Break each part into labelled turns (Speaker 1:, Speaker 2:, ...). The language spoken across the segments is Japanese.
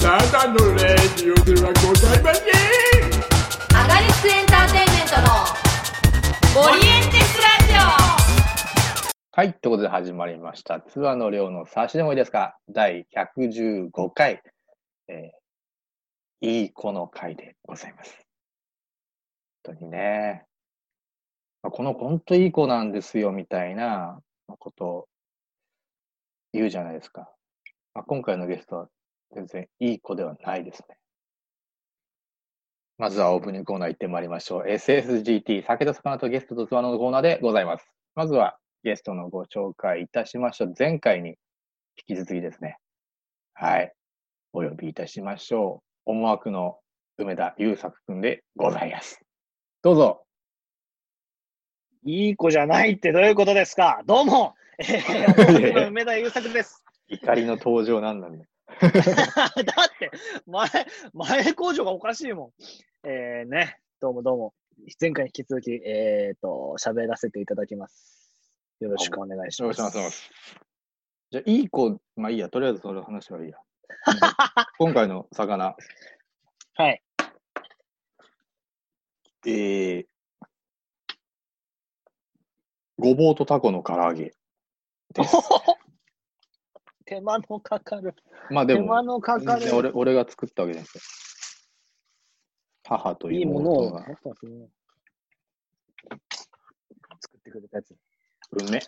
Speaker 1: ただのレディオではございません
Speaker 2: アガリスクエンターテインメントのオリエンテスラジオ
Speaker 3: はい、ということで始まりました。ツアーの量の差しでもいいですか第115回、えーいい子の回でございます。本当にね、まあこの子本当いい子なんですよ、みたいなことを言うじゃないですか。まあ、今回のゲストは全然いい子ではないですね。まずはオープニングコーナー行ってまいりましょう。SSGT、酒と魚とゲストとツアーのコーナーでございます。まずは、ゲストのご紹介いたしましょう。前回に引き続きですね。はい。お呼びいたしましょう。思惑の梅田優作くんでございます。どうぞ。
Speaker 4: いい子じゃないってどういうことですかどうも、 えー、お前の梅田優作です。
Speaker 3: 怒りの登場なんなんだ。
Speaker 4: だって、前、前工場がおかしいもん。えー、ね、どうもどうも。前回に引き続き、えっ、ー、と、喋らせていただきます。よろしくお願いし
Speaker 3: よろ
Speaker 4: ま
Speaker 3: し
Speaker 4: す。
Speaker 3: くお願いします。じゃあ、いい子、まあいいや。とりあえずその話はいい や。今回の魚。
Speaker 4: はい。
Speaker 3: えー、ごぼうとタコの唐揚げ です。
Speaker 4: 手間のかかる。
Speaker 3: まあで
Speaker 4: 手
Speaker 3: も、
Speaker 4: 間のかか
Speaker 3: 全然俺
Speaker 4: る。
Speaker 3: 俺が作ったわけじゃないですよ。母と
Speaker 4: いいもの
Speaker 3: 妹
Speaker 4: を、
Speaker 3: が
Speaker 4: ね、作ってくれたやつ。
Speaker 3: うめ。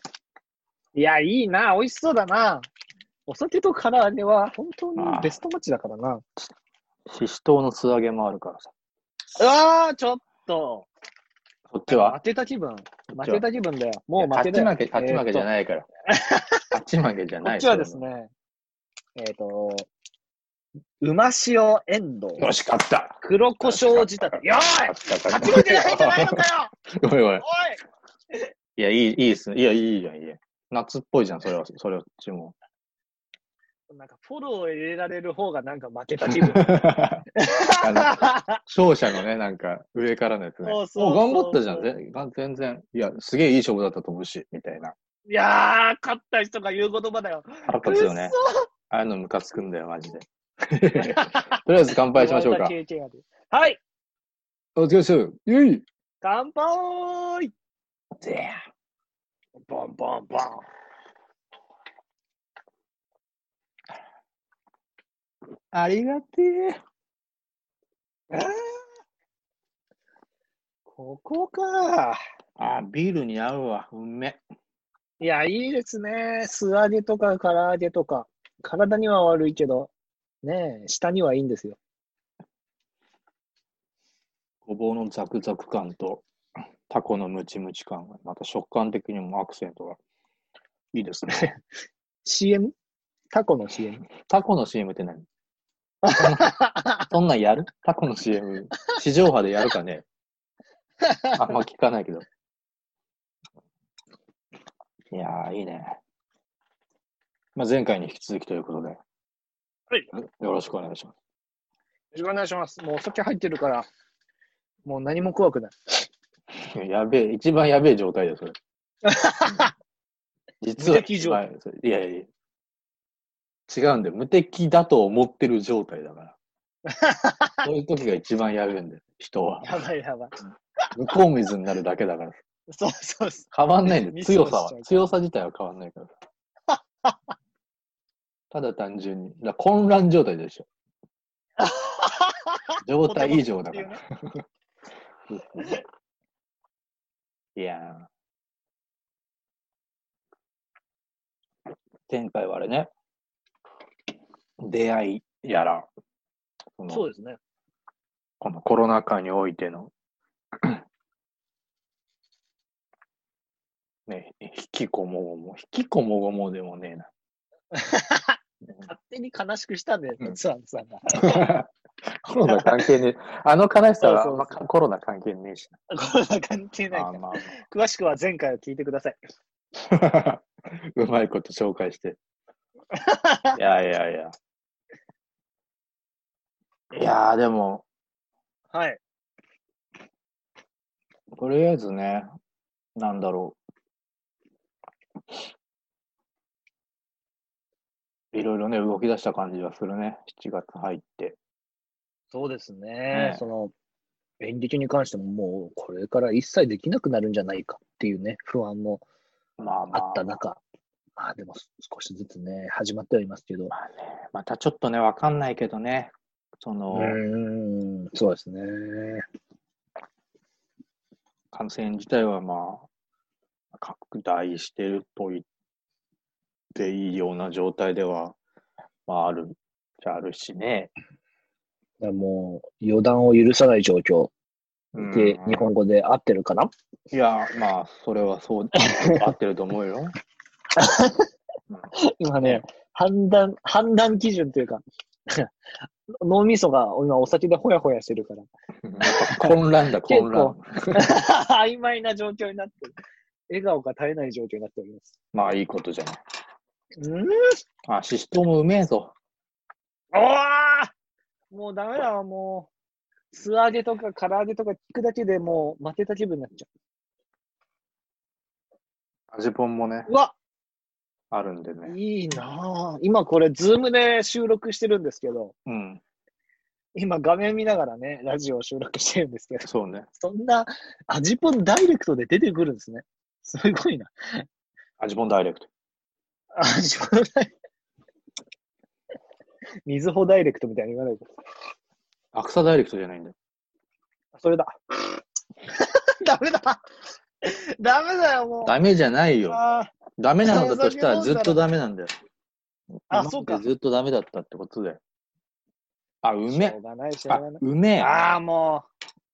Speaker 4: いや、いいな、美味しそうだな。お酒と唐揚げは本当にベストマッチだからな。
Speaker 3: ししとうの素揚げもあるからさ。
Speaker 4: うわー、ちょっと。
Speaker 3: そっちは
Speaker 4: 当てた気分。
Speaker 3: こっちは
Speaker 4: 負けた気分だよ。もう負
Speaker 3: 勝
Speaker 4: け
Speaker 3: ち
Speaker 4: だよ。
Speaker 3: 負け、勝ち負けじゃ
Speaker 4: い。
Speaker 3: ないから。勝ち負けじゃ
Speaker 4: こ
Speaker 3: ない。
Speaker 4: っちはですね、えっ、と、うま塩エンドウ
Speaker 3: そういうの。よし、勝った。
Speaker 4: 黒胡椒仕立て。 よーい
Speaker 3: 勝った、
Speaker 4: 勝
Speaker 3: 勝
Speaker 4: ち負けないんじゃないのかよ
Speaker 3: ごめんごめん。
Speaker 4: おい
Speaker 3: いや、いい、いいっすね。いや、いいじゃん、いいや。夏っぽいじゃん、それは、それは、ち も。
Speaker 4: なんかフォローを入れられる方がなんか負けた 気分。
Speaker 3: 勝者のね、なんか、上からのやつね。
Speaker 4: そうそうそ
Speaker 3: も
Speaker 4: う
Speaker 3: う頑張ったじゃん、全全然。いや、すげえいい勝負だったと思うし、みたいな。
Speaker 4: いやー、勝った人が言う言葉だよ。
Speaker 3: 腹立つよね。ああいうのムカつくんだよ、マジで。 とりあえず乾杯しましょうか。
Speaker 4: 言われた経験あるはい、
Speaker 3: お疲れ様です。イェイ
Speaker 4: 乾杯ボンボンボン。
Speaker 3: ありがてえ。
Speaker 4: ここか。
Speaker 3: あ、ビールに合うわ。うめ。
Speaker 4: いや、いいですね。素揚げとか唐揚げとか。体には悪いけど、ねえ、舌にはいいんですよ。
Speaker 3: ごぼうのザクザク感と、タコのムチムチ感が、また食感的にもアクセントがいいですね。
Speaker 4: CM? タコの CM?
Speaker 3: タコの CM って何そんなんやるタコの CM、地上波でやるかねあんま聞かないけど。いやー、いいね。まあ、前回に引き続きということで、
Speaker 4: はい。よ
Speaker 3: よろしくお願いします。
Speaker 4: ろしくお願いします。もうお酒入ってるから、もう何も怖くない。
Speaker 3: いややべえ、一番やべえ状態だ よ、それ。実は
Speaker 4: 無敵状態
Speaker 3: はいそれいやいやいや違うんだよ。無敵だと思ってる状態だ から。そういう時が一番やべえんだよ、人は。
Speaker 4: やばいやばい。
Speaker 3: 向こう水になるだけだから。
Speaker 4: そうそうそう。
Speaker 3: 変わんないんだ
Speaker 4: ミ
Speaker 3: よ。
Speaker 4: スを
Speaker 3: 強
Speaker 4: しち
Speaker 3: さ
Speaker 4: ゃう
Speaker 3: は。強さ自体は変わんないから。ただ単純に。だから混乱状態で しょ。状態以上だから。いやー前回はあれね、出会いやら、その
Speaker 4: そうですね。
Speaker 3: このコロナ禍においての、ね、引きこもごも、引きこもごもでもねえな。
Speaker 4: 勝手に悲しくしたんだよ、
Speaker 3: うん
Speaker 4: ツアーさんが。
Speaker 3: コロナ関係ねえ。あの悲しさは
Speaker 4: そうそうそう
Speaker 3: あんまコロナ関係ねえし
Speaker 4: こんな関係
Speaker 3: な。
Speaker 4: ない
Speaker 3: あ
Speaker 4: か
Speaker 3: ー
Speaker 4: ら。
Speaker 3: ま
Speaker 4: 詳しくは前回を聞いてください。
Speaker 3: あまあ うまいこと紹介 して。いやいやいや。いやーでも、
Speaker 4: はい。
Speaker 3: とりあえずね、なんだろう。いろいろね、動き出した感じはするね。7月入って。
Speaker 4: そうですね。
Speaker 3: え
Speaker 4: その、演劇に関してももうこれから一切できなくなるんじゃないかっていうね、不安も
Speaker 3: まあま
Speaker 4: あ
Speaker 3: あ、
Speaker 4: った中、まあでも少しずつね、始まってはいますけど、
Speaker 3: まあね、またちょっとね、わかんないけどね、その
Speaker 4: う、ーん、そうですね。
Speaker 3: 感染自体はまあ、拡大してると言っていいような状態では、まあある、じゃあるしね。
Speaker 4: だからもう予断を許さない状況
Speaker 3: うん
Speaker 4: で、日本語で合ってるかない
Speaker 3: や、まあ、それは そう、合ってると思うよ。
Speaker 4: 今ね、判断、判断基準というか、脳みそが今お酒でほやほやしてるから、
Speaker 3: うんやっぱ混乱だ、
Speaker 4: 結構
Speaker 3: 混乱。
Speaker 4: 曖昧な状況になってる。笑顔が絶えない状況になっております。
Speaker 3: まあ、いいことじゃない。
Speaker 4: うん
Speaker 3: あ、シストもうめえぞ。
Speaker 4: おわもうダメだわ、もう。素揚げとか唐揚げとか聞くだけでもう負けた気分になっちゃ
Speaker 3: 味ぽんもね、
Speaker 4: う。うわ
Speaker 3: あるんでね。
Speaker 4: いいなぁ。今これ、ズームで収録してるんですけど、
Speaker 3: うん、
Speaker 4: 今画面見ながらね、ラジオを収録してるんですけど、
Speaker 3: そうね。
Speaker 4: そんな、味ぽんダイレクトで出てくるんですね。すごいな。
Speaker 3: 味ぽんダイレクト。
Speaker 4: 味ぽんダイレクト。みずほダイレクトみたいに言わないで。
Speaker 3: アクサダイレクトじゃないんだよ。
Speaker 4: それだ。 ダメだ。ダメだよ、もう。
Speaker 3: ダメじゃないよ。
Speaker 4: あー
Speaker 3: ダメなんだとしたらずっとダメなんだよ。
Speaker 4: あそうか
Speaker 3: 今までずっとダメだったってことだよ。あ、うめ
Speaker 4: しょ
Speaker 3: え
Speaker 4: うがない、しょう
Speaker 3: あ
Speaker 4: がない、。
Speaker 3: うめえ。
Speaker 4: ああ、も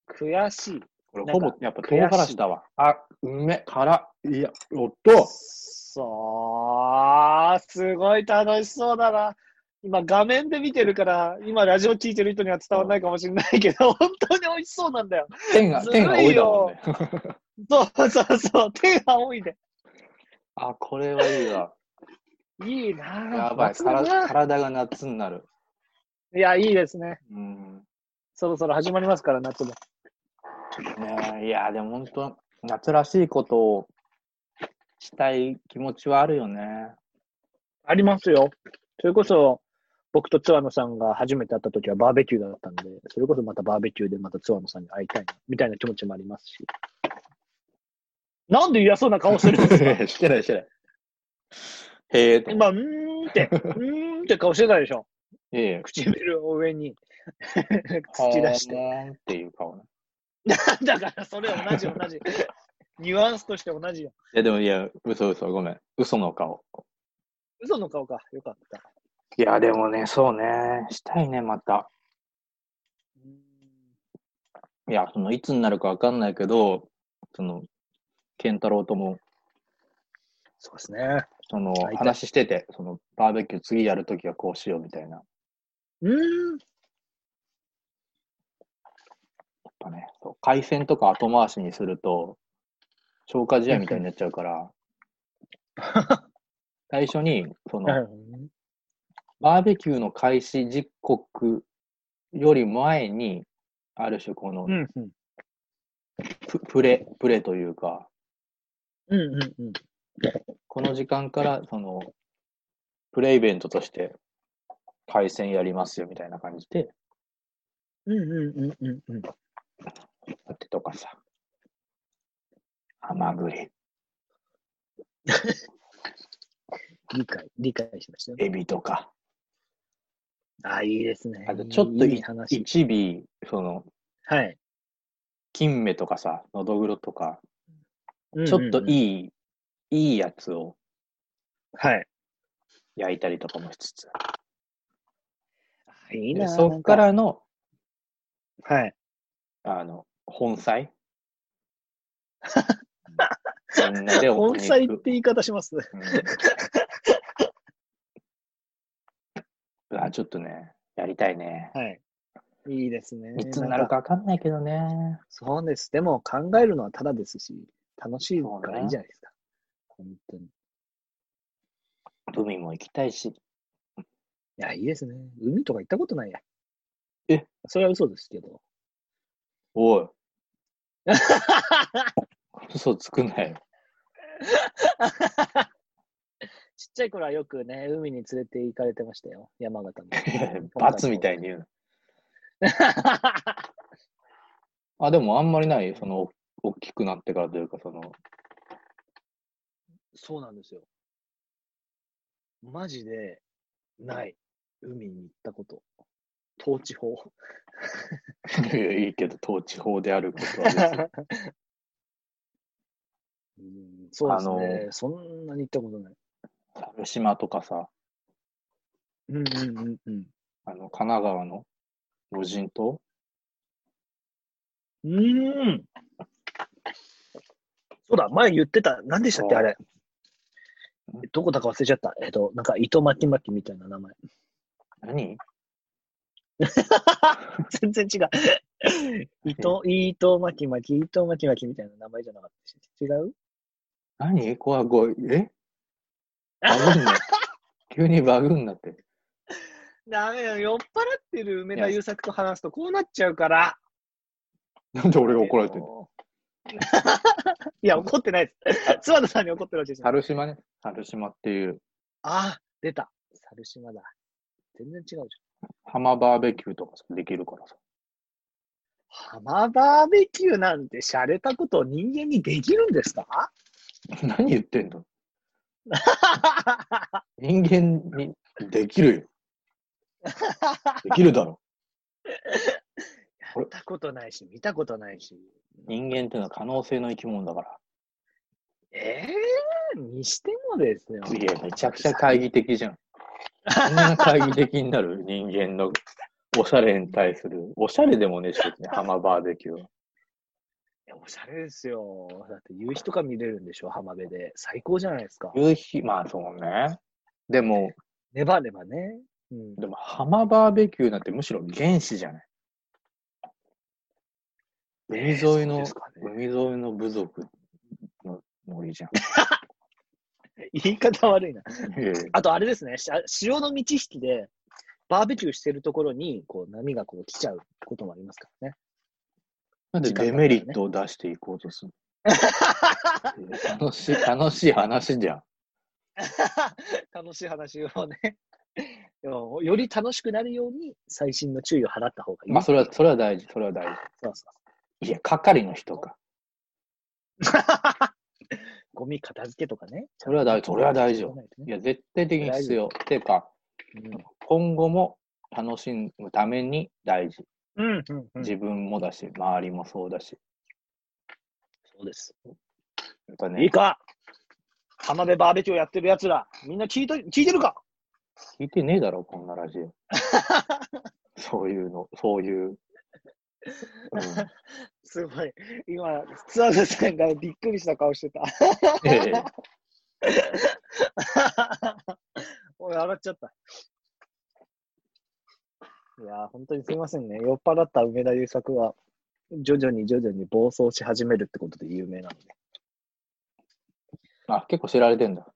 Speaker 4: う、悔しい。
Speaker 3: これほ
Speaker 4: なん
Speaker 3: ぼ
Speaker 4: か、
Speaker 3: やっぱ唐辛子だわ。あ、うめえ。辛い。いや、おっと。
Speaker 4: そう、すごい楽しそうだな。今、画面で見てるから、今、ラジオ聞いてる人には伝わらないかもしれないけど、 本当に美味しそうなんだよ。
Speaker 3: 天が、
Speaker 4: ずるい
Speaker 3: 天が多
Speaker 4: よ
Speaker 3: いだもんね。
Speaker 4: そうそうそう、手が多いで。
Speaker 3: あ、これはいい わ。
Speaker 4: いいなぁ
Speaker 3: やばい。
Speaker 4: 夏だ
Speaker 3: から
Speaker 4: な
Speaker 3: 体が夏になる。
Speaker 4: いや、いいですね。
Speaker 3: うん。
Speaker 4: そろそろ始まりますから、夏も。
Speaker 3: ねえいや、でも本当、夏らしいことをしたい気持ちはあるよね。
Speaker 4: ありますよ。それこそ、僕とツアノさんが初めて会った時はバーベキューだったんで、それこそまたバーベキューでまたツアノさんに会いたいな、みたいな気持ちもありますし。なんで嫌そうな顔するんです か
Speaker 3: してない、してない。へえと思って。
Speaker 4: 今、うーんって、うーんって顔してたでしょ。
Speaker 3: ええ
Speaker 4: 唇を上に 突き出し
Speaker 3: ほ
Speaker 4: て。
Speaker 3: ーんっていう顔ね。
Speaker 4: だからそれ同じ同じ。ニュアンスとして同じよ。
Speaker 3: いや、でも、いや、嘘嘘、ごめん。嘘の顔。
Speaker 4: 嘘の顔か。よかった。
Speaker 3: いや、でもね、そうね。したいね、また。
Speaker 4: うーん
Speaker 3: いや、その、いつになるかわかんないけど、その、健太郎とも、
Speaker 4: そうですね。
Speaker 3: その
Speaker 4: 会いたい、
Speaker 3: 話してて、その、バーベキュー次やるときはこうしようみたいな。やっ
Speaker 4: うーん。
Speaker 3: ぱね、そう海鮮とか後回しにすると、消化試合みたいになっちゃう から、最初に、その、バーベキューの開始時刻より前に、ある種この
Speaker 4: うんうん。
Speaker 3: ププレ、プレというか、
Speaker 4: うんうんうん。
Speaker 3: この時間からその、プレイベントとして、対戦やりますよみたいな感じで、
Speaker 4: うんうんうんうんうん。
Speaker 3: だってとかさ、ハマグリ、
Speaker 4: 理解、理解しましたよ。
Speaker 3: エビとか、
Speaker 4: ああ、いいですね
Speaker 3: あとちょっとい
Speaker 4: いい話。
Speaker 3: 一尾、その、
Speaker 4: はい。
Speaker 3: 金目とかさ、のどぐろとか、
Speaker 4: うんうんうん
Speaker 3: ちょっといい、いいやつを
Speaker 4: はい。
Speaker 3: 焼いたりとかもしつつ、
Speaker 4: いい
Speaker 3: で
Speaker 4: な。
Speaker 3: そっか
Speaker 4: なん
Speaker 3: らの、
Speaker 4: か。はい。
Speaker 3: あの、本菜みんなでお
Speaker 4: 盆
Speaker 3: 肉
Speaker 4: 栽って言い方します。
Speaker 3: うん、あちょっとね、やりたいね。
Speaker 4: はい。いいですね。
Speaker 3: いつになるかわかんないけどね。
Speaker 4: そうです。でも考えるのはただですし、楽しいからいいじゃないですか。本当に。い
Speaker 3: 海も行きたいし。
Speaker 4: や、いいですね。海とか行ったことないや。
Speaker 3: え
Speaker 4: それは嘘ですけど。
Speaker 3: お い。 嘘つくなよ。
Speaker 4: ちっちゃい頃はよくね、海に連れて行かれてましたよ。山形 の。
Speaker 3: 罰みたいに 言うの。あ、でもあんまりない、その、お大きくなってからというか、その、
Speaker 4: そうなんですよ。マジで、ない。海に行ったこと。統治法。
Speaker 3: いやいいけど、統治法であることはです よ
Speaker 4: うんそうですね。
Speaker 3: あ
Speaker 4: そんなに行ったことない。
Speaker 3: 猿島とかさ、
Speaker 4: うんうんうんうん。
Speaker 3: あの、神奈川の無人島
Speaker 4: うーん。そうだ、前言ってた、何でしたっけ、
Speaker 3: あ
Speaker 4: あれ。どこだか忘れちゃった。えっと、なんか、糸巻き巻きみたいな名前。
Speaker 3: 何
Speaker 4: 全然違 う。糸、糸巻き巻き、糸巻き巻きみたいな名前じゃなかった。違う
Speaker 3: 何怖い、怖い。えバグんな。急にバグんなって。
Speaker 4: ダメよ、酔っ払ってる梅
Speaker 3: 田優
Speaker 4: 作と話すとこうなっちゃうから。
Speaker 3: なんで俺が怒られてるの
Speaker 4: のいや、怒ってないです。津和田さんに怒ってるわけじゃない。
Speaker 3: 猿島ね。猿島っていう、
Speaker 4: ああ、出た。猿島だ。全然違うじゃん。
Speaker 3: 浜バーベキューとかさできるからさ。
Speaker 4: 浜バーベキューなんて洒落たことを人間にできるんですか
Speaker 3: 何言ってんの人間にできるよ。できるだろ。
Speaker 4: やったことないし、見たことないし。
Speaker 3: 人間っていうのは可能性の生き物だから。
Speaker 4: ええにしてもですよ。
Speaker 3: いや、めちゃくちゃ懐疑的じゃん。こんな懐疑的になる人間のおしゃれに対する。おしゃれでもねえし、別に浜バーベキューは。
Speaker 4: いやおしゃれですよ。だって夕日とか見れるんでしょ、浜辺で。最高じゃないですか。
Speaker 3: 夕日、まあそうね。でも、
Speaker 4: ネバネバね。うん、
Speaker 3: でも浜バーベキューなんてむしろ原始じゃない。海沿い
Speaker 4: そう
Speaker 3: の、
Speaker 4: ですかね
Speaker 3: 海沿いの部族の森じゃん。
Speaker 4: 言い方悪いな。
Speaker 3: いやいや
Speaker 4: あとあれですね、しあ潮の満ち引きで、バーベキューしてるところに、こう、波がこう来ちゃうこともありますからね。
Speaker 3: なんでデメリットを出していこうとするの楽しい、楽しい話じゃん。
Speaker 4: 楽しい話をね、 でもより楽しくなるように、細心の注意を払った方がいい。
Speaker 3: まあそれは、それは大事、それは大事。
Speaker 4: そうそう
Speaker 3: いや、係の人か。
Speaker 4: そうゴミ片付けとかね。
Speaker 3: それは大事、それは大事よ。い
Speaker 4: ね
Speaker 3: や、絶対的に必要。てか、今後も楽しむために大事。
Speaker 4: うん、うん、うんうん。そ
Speaker 3: 自分もだし、周りもそうだし。
Speaker 4: うです。
Speaker 3: やっぱね、
Speaker 4: いいか浜辺バーベキューやってる奴ら、みんな聞いた聞いてるか
Speaker 3: 聞いてねえだろ、こんなラジオ。そういうの、そういう。う
Speaker 4: すごい。今、津和田さんがびっくりした顔してた。
Speaker 3: ん、ええ
Speaker 4: 俺、洗っちゃった。いやー、本当にすいませんね。酔っ払った梅田優作は、徐々に徐々に暴走し始めるってことで有名なので。
Speaker 3: あ、結構知られてんだ。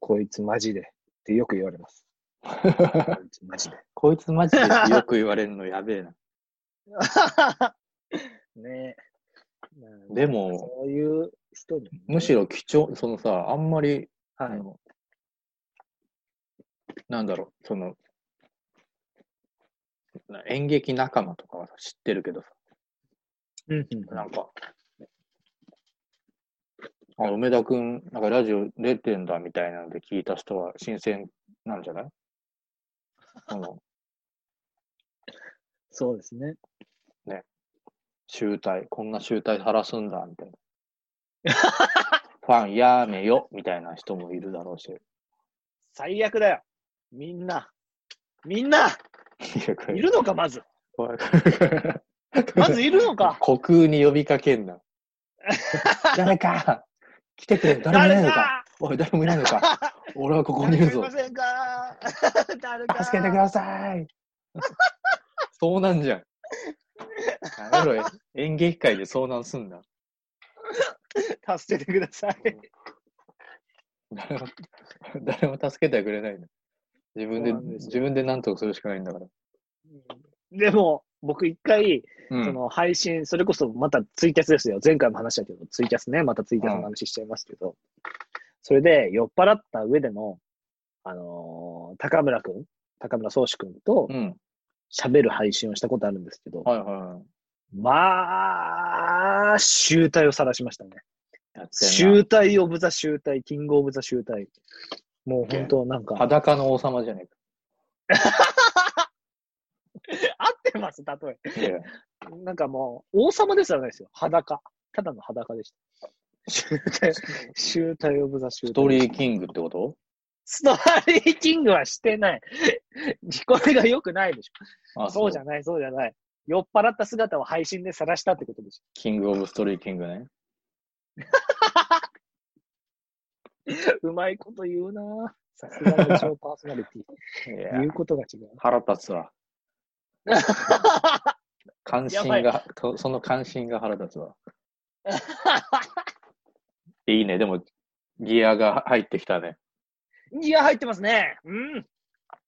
Speaker 4: こいつマジで。ってよく言われます。こいつ マジで。
Speaker 3: こいつマジでってよく言われるのやべえな。
Speaker 4: ねえ。
Speaker 3: でも
Speaker 4: そういう人に、
Speaker 3: むしろ貴重、そのさ、あんまり、
Speaker 4: ろ、
Speaker 3: あのなんだろう、その、な演劇仲間とかはさ知ってるけどさ、
Speaker 4: うんうん
Speaker 3: なんか、あ、梅田くん、なんかラジオ出てんだみたいなので聞いた人は新鮮なんじゃないその、
Speaker 4: そうですね。
Speaker 3: 集大、こんな集大晴らすんだ、みたいな。ファンやめよ、みたいな人もいるだろうし。い
Speaker 4: 最悪だよ。みんな。みんな
Speaker 3: やこれ
Speaker 4: いるのか、まず。
Speaker 3: 怖い
Speaker 4: まずいるのか。
Speaker 3: 虚空に呼びかけん な。誰か来てくれ誰もいないのかおい、誰もいないの か俺はここにいるぞ
Speaker 4: 誰かいませんか誰 か
Speaker 3: 助けてくださ い遭難じゃん。やめろ、演劇界で遭難すんな。
Speaker 4: 助けてください。
Speaker 3: 誰も、誰も助けてはくれないの。自分で
Speaker 4: そうなんですよ
Speaker 3: 自分で何とかするしかないんだから。
Speaker 4: でも、僕一回、
Speaker 3: うん
Speaker 4: その配信、それこそまたツイキャスですよ。前回も話したけど、ツイキャスね、またツイキャスの話しちゃいますけど、それで酔っ払った上での、あのー高村くん、高村宗志くんと
Speaker 3: うん。
Speaker 4: 喋る配信をしたことあるんですけど、
Speaker 3: はいはいはい。
Speaker 4: まあ、集大を晒しましたね。
Speaker 3: やってんな
Speaker 4: 集大オブザ集大、キングオブザ集大。もう本当なんか、合っ
Speaker 3: 裸の王様じゃね
Speaker 4: てます、例え。
Speaker 3: えか。い や
Speaker 4: なんかもう、王様ですらないですよ。裸。ただの裸 でした。集大、集大オブザ集
Speaker 3: ストー
Speaker 4: 大。
Speaker 3: リーキングってこと
Speaker 4: ストーリーキングはしてない。これが良くないでしょ。
Speaker 3: あ
Speaker 4: そうじゃない、そうじゃない。酔っ払った姿を配信で晒したってことでし
Speaker 3: キングオブストリーキングね。
Speaker 4: ょ。うまいこと言うなぁさすがの超パーソナリティ。
Speaker 3: い
Speaker 4: 言
Speaker 3: や
Speaker 4: う、ことが違う。
Speaker 3: 腹立つわ。関心
Speaker 4: やば
Speaker 3: が、とその関心が腹立つ わ。いいね、でも、ギアが入ってきたね。
Speaker 4: いや、入ってますね。うん。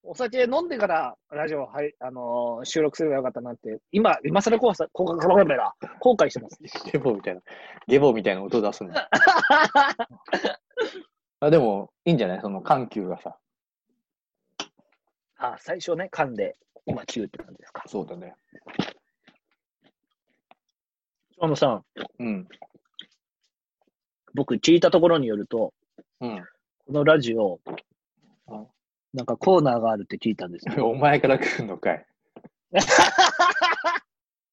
Speaker 4: お酒飲んでからラジオ、はい、あのー収録すればよかったなって、今、今更後悔、後悔、後悔してます。
Speaker 3: ゲボみたいな、ゲボみたいな音出す ね。あでも、いいんじゃないその緩急がさ。
Speaker 4: あ、最初ね、噛んで、今9って感じですか。
Speaker 3: そうだね。
Speaker 4: あのさん、
Speaker 3: うん。
Speaker 4: 僕聞いたところによると、
Speaker 3: うん。
Speaker 4: このラジオ
Speaker 3: あ、
Speaker 4: なんかコーナーがあるって聞いたんですよ。
Speaker 3: お前から来るのか い。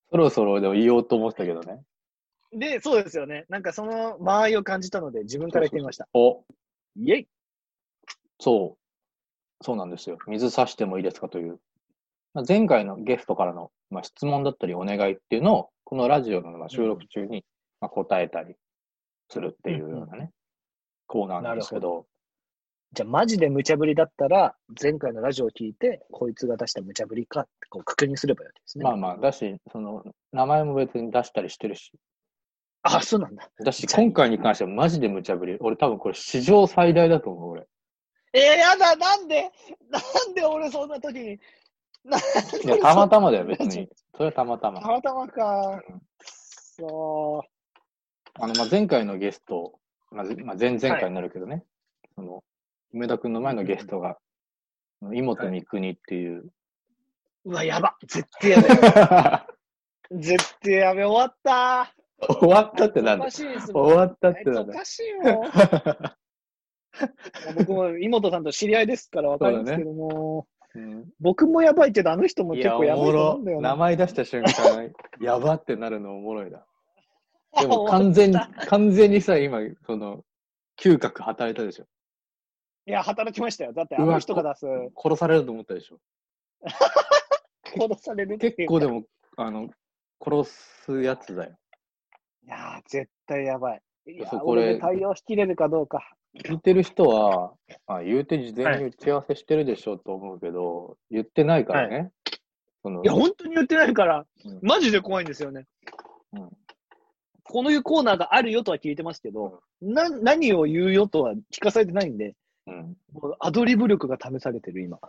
Speaker 3: そろそろでも言おうと思ってたけどね。
Speaker 4: で、そうですよね。なんかその間合いを感じたので、自分から言ってみました。
Speaker 3: お、
Speaker 4: イェイ
Speaker 3: そう。そうなんですよ。水差してもいいですかという。まあ、前回のゲストからの、まあ、質問だったりお願いっていうのを、このラジオのまあ収録中にまあ答えたりするっていうようなね、コーナーなんですけ
Speaker 4: な
Speaker 3: ど、
Speaker 4: じゃあ、マジで無茶ぶりだったら、前回のラジオを聞いて、こいつが出した無茶ぶりかってこう確認すればいいわけですね。
Speaker 3: まあまあ、だし、その、名前も別に出したりしてるし、
Speaker 4: あ、そうなんだ。
Speaker 3: だし、今回に関してはマジで無茶ぶり。俺多分これ史上最大だと思う、俺。
Speaker 4: えー、やだ、なんで、なんで俺そんな時に。なん
Speaker 3: い
Speaker 4: で
Speaker 3: や、たまたまだよ、別に。それはたまたま。
Speaker 4: たまたまか。そ
Speaker 3: あの、まあ、前回のゲスト、まあ、ぜまあ、前々回になるけどね、その、梅田くんの前のゲストが、井本三国っていう、
Speaker 4: う。うわ、やば。絶対やべ。絶対やべ。終わった。
Speaker 3: 終わったってなん
Speaker 4: お
Speaker 3: だ
Speaker 4: かしいですもん。
Speaker 3: 終わったってな
Speaker 4: あ
Speaker 3: いん
Speaker 4: つお
Speaker 3: だ
Speaker 4: かしいもん。いや 僕も妹さんと知り合いですからわかるんですけども、
Speaker 3: うん
Speaker 4: 僕もやばいけど、あの人も
Speaker 3: い
Speaker 4: 結
Speaker 3: や、
Speaker 4: 構
Speaker 3: お
Speaker 4: やばい
Speaker 3: も
Speaker 4: と思
Speaker 3: ろ
Speaker 4: うんだよ。
Speaker 3: 名
Speaker 4: な。
Speaker 3: 前出した瞬間、 やばってなるのおもろい な。でも
Speaker 4: 終わ
Speaker 3: 完
Speaker 4: っ
Speaker 3: 全に
Speaker 4: た、
Speaker 3: 完全にさ、今、その、嗅覚働いたでしょ。
Speaker 4: いや、働きましたよ。だってあの人が出す、
Speaker 3: 殺されると思ったでしょ。
Speaker 4: 殺されるっていう
Speaker 3: 結
Speaker 4: か。
Speaker 3: 構でも、あの、殺すやつだよ。
Speaker 4: いやー、絶対やばい。いや
Speaker 3: そう
Speaker 4: ー、
Speaker 3: これ
Speaker 4: 俺で対応しきれるかどうか。
Speaker 3: 聞いてる人は、まあ、言うて事前に打ち合わせしてるでしょうと思うけど、言ってないからね。その
Speaker 4: いや、本当に言ってないから
Speaker 3: うん、
Speaker 4: マジで怖いんですよね。
Speaker 3: うん
Speaker 4: このいうコーナーがあるよとは聞いてますけど、な何を言うよとは聞かされてないんで、
Speaker 3: うん
Speaker 4: もうアドリブ力が試されてる今。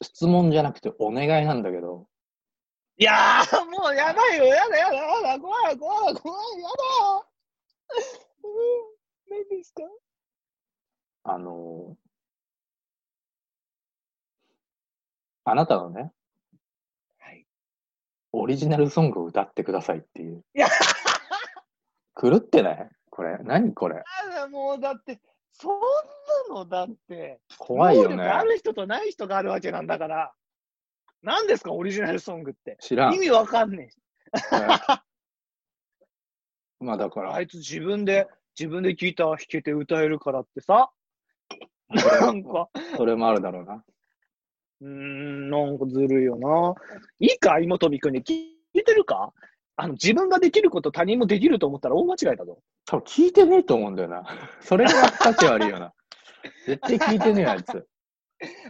Speaker 3: 質問じゃなくてお願いなんだけど、
Speaker 4: いやー、もうやばいよ、やだやだやだ、怖い怖い怖い、やだうん、何ですか
Speaker 3: あのあなたのね、
Speaker 4: はい
Speaker 3: オリジナルソングを歌ってくださいっていう。
Speaker 4: いや
Speaker 3: 狂ってないこれ、何これ。
Speaker 4: やだ、もうだって、そんなのだって、
Speaker 3: 怖いよ
Speaker 4: 能
Speaker 3: ね
Speaker 4: 力。ある人とない人があるわけなんだから、何ですか、オリジナルソングって。
Speaker 3: 知らん
Speaker 4: 意。味わかんね
Speaker 3: まあだか
Speaker 4: え。
Speaker 3: ら、
Speaker 4: あいつ自分で、自分でギター弾けて歌えるからってさ、 なんか、
Speaker 3: それもあるだろうな。
Speaker 4: うーん、なんかずるいよな。いいか、妹びくに聞いてるかあの、自分ができること他人もできると思ったら大間違いだぞ。
Speaker 3: 多分聞いてねえと思うんだよな。 それが価値悪い よな。絶対聞いてねえよ、あいつ。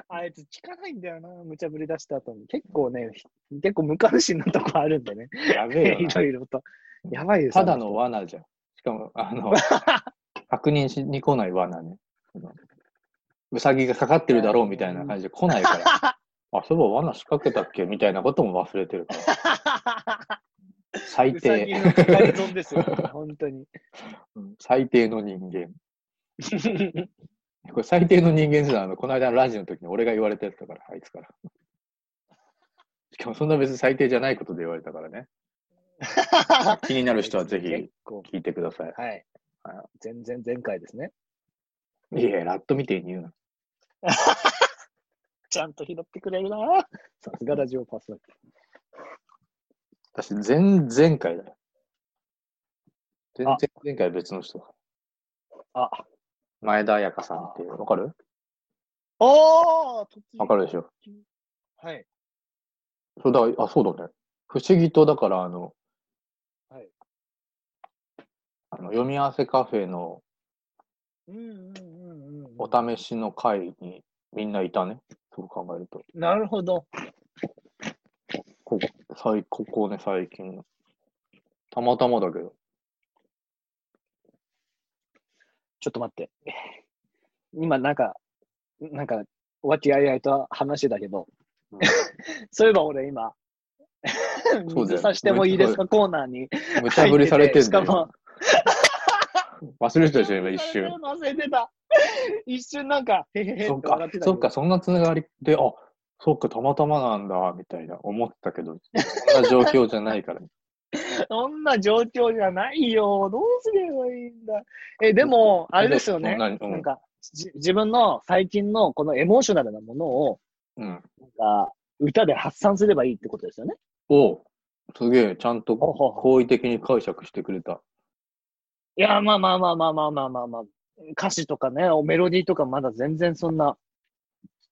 Speaker 4: あいつ聞かないんだよな、無茶ぶり出した後に。結構ね、結構無関心なとこあるんでね。
Speaker 3: やべえよ
Speaker 4: いろ
Speaker 3: な。
Speaker 4: いろと。やばいです
Speaker 3: ただの罠じゃん。しかも、あ の、確認しに来 ない罠ね。そのうさぎがかかってるだろうみたいな感じで来ないから。あ、そういえば罠仕掛けたっけみたいなことも忘れてるから。 最
Speaker 4: うさぎ
Speaker 3: 低、
Speaker 4: のかかり損ですよ、本当に。
Speaker 3: うん最低の人 間。これ最低の人間ってのはあのこの間のラジオの時に俺が言われたやつだから、あいつから。しかもそんな別に最低じゃないことで言われたから ね。気になる人はぜ
Speaker 4: 結
Speaker 3: ひ
Speaker 4: 構、
Speaker 3: 聞いてください。
Speaker 4: はい
Speaker 3: あ。
Speaker 4: 前前前回ですね。
Speaker 3: いやいや、ラットみてえに言うな。
Speaker 4: ちゃんと拾ってくれるなさすがラジオパーソナリテ
Speaker 3: 私、前々回だよ。前々前回別の人だ。
Speaker 4: ィ。あ、
Speaker 3: 前田彩香さんっていう、わかる
Speaker 4: おー突然
Speaker 3: わかるでしょ。
Speaker 4: はい。
Speaker 3: そうだ、あ、そうだね。不思議と、だから、あの、
Speaker 4: はい
Speaker 3: あの、読み合わせカフェの
Speaker 4: うんうんうんうん
Speaker 3: お試しの会にみんないたね。そう考えると。
Speaker 4: なるほど。
Speaker 3: ここ、最ここね、最近の。たまたまだけど。
Speaker 4: ちょっと待って。今、なんか、なんか、和気あいあいと話してたけど、
Speaker 3: うん
Speaker 4: そういえば俺今、
Speaker 3: そうだよ
Speaker 4: 水さしてもいいですかコーナーに。
Speaker 3: 無茶ぶりされて
Speaker 4: し
Speaker 3: んだ
Speaker 4: か
Speaker 3: よ。
Speaker 4: も、
Speaker 3: 忘れてたでしょ、今一瞬。
Speaker 4: 忘れてた。 一瞬なんか、へへへ
Speaker 3: そっか、そっか、。そんなつながりで、あそっか、たまたまなんだ、みたいな、思ったけど、そんな状況じゃないから。
Speaker 4: そんな状況じゃないよ。どうすればいいんだ。え、でも、 あれですよね。
Speaker 3: そんなにうん
Speaker 4: なんか、じ自分の最近のこのエモーショナルなものを、
Speaker 3: うん。
Speaker 4: なんか、歌で発散すればいいってことですよね。
Speaker 3: おすげえ、ちゃんと
Speaker 4: ほうほうほう
Speaker 3: 好意的に解釈してくれた。
Speaker 4: いや、まあまあまあまあまあまあまあまあ、歌詞とかね、メロディーとかまだ全然そんな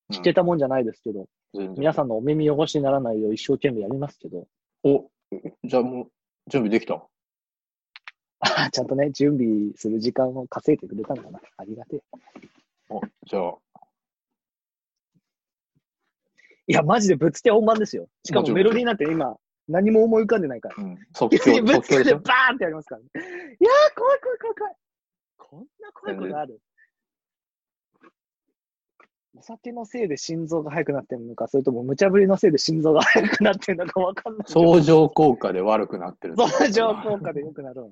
Speaker 3: うん
Speaker 4: 聞けたもんじゃないですけど、
Speaker 3: 全然
Speaker 4: 皆さんのお耳汚しにならないよう一生懸命やりますけど、
Speaker 3: おじゃあもう、準備できた。
Speaker 4: あちゃんとね、準備する時間を稼いでくれたんだな。ありがてえ。
Speaker 3: おじゃあ、
Speaker 4: いや、マジでぶっつけ本番ですよ。しか
Speaker 3: も
Speaker 4: も
Speaker 3: ちろん
Speaker 4: メロディーなんて今、何も思い浮かんでないから。
Speaker 3: うん、即
Speaker 4: 急に
Speaker 3: 興、
Speaker 4: ぶっ
Speaker 3: 即
Speaker 4: つけ
Speaker 3: 興で
Speaker 4: て
Speaker 3: し
Speaker 4: バ
Speaker 3: ょ
Speaker 4: ーンってやりますからね。いやー、怖い怖い怖い怖い。こんな怖いことあるお酒のせいで心臓が速くなってるのか、それとも無茶ぶりのせいで心臓が速くなってるのかわかんないけど。
Speaker 3: 相乗効果で悪くなってる。
Speaker 4: 相乗効果で良くなるの。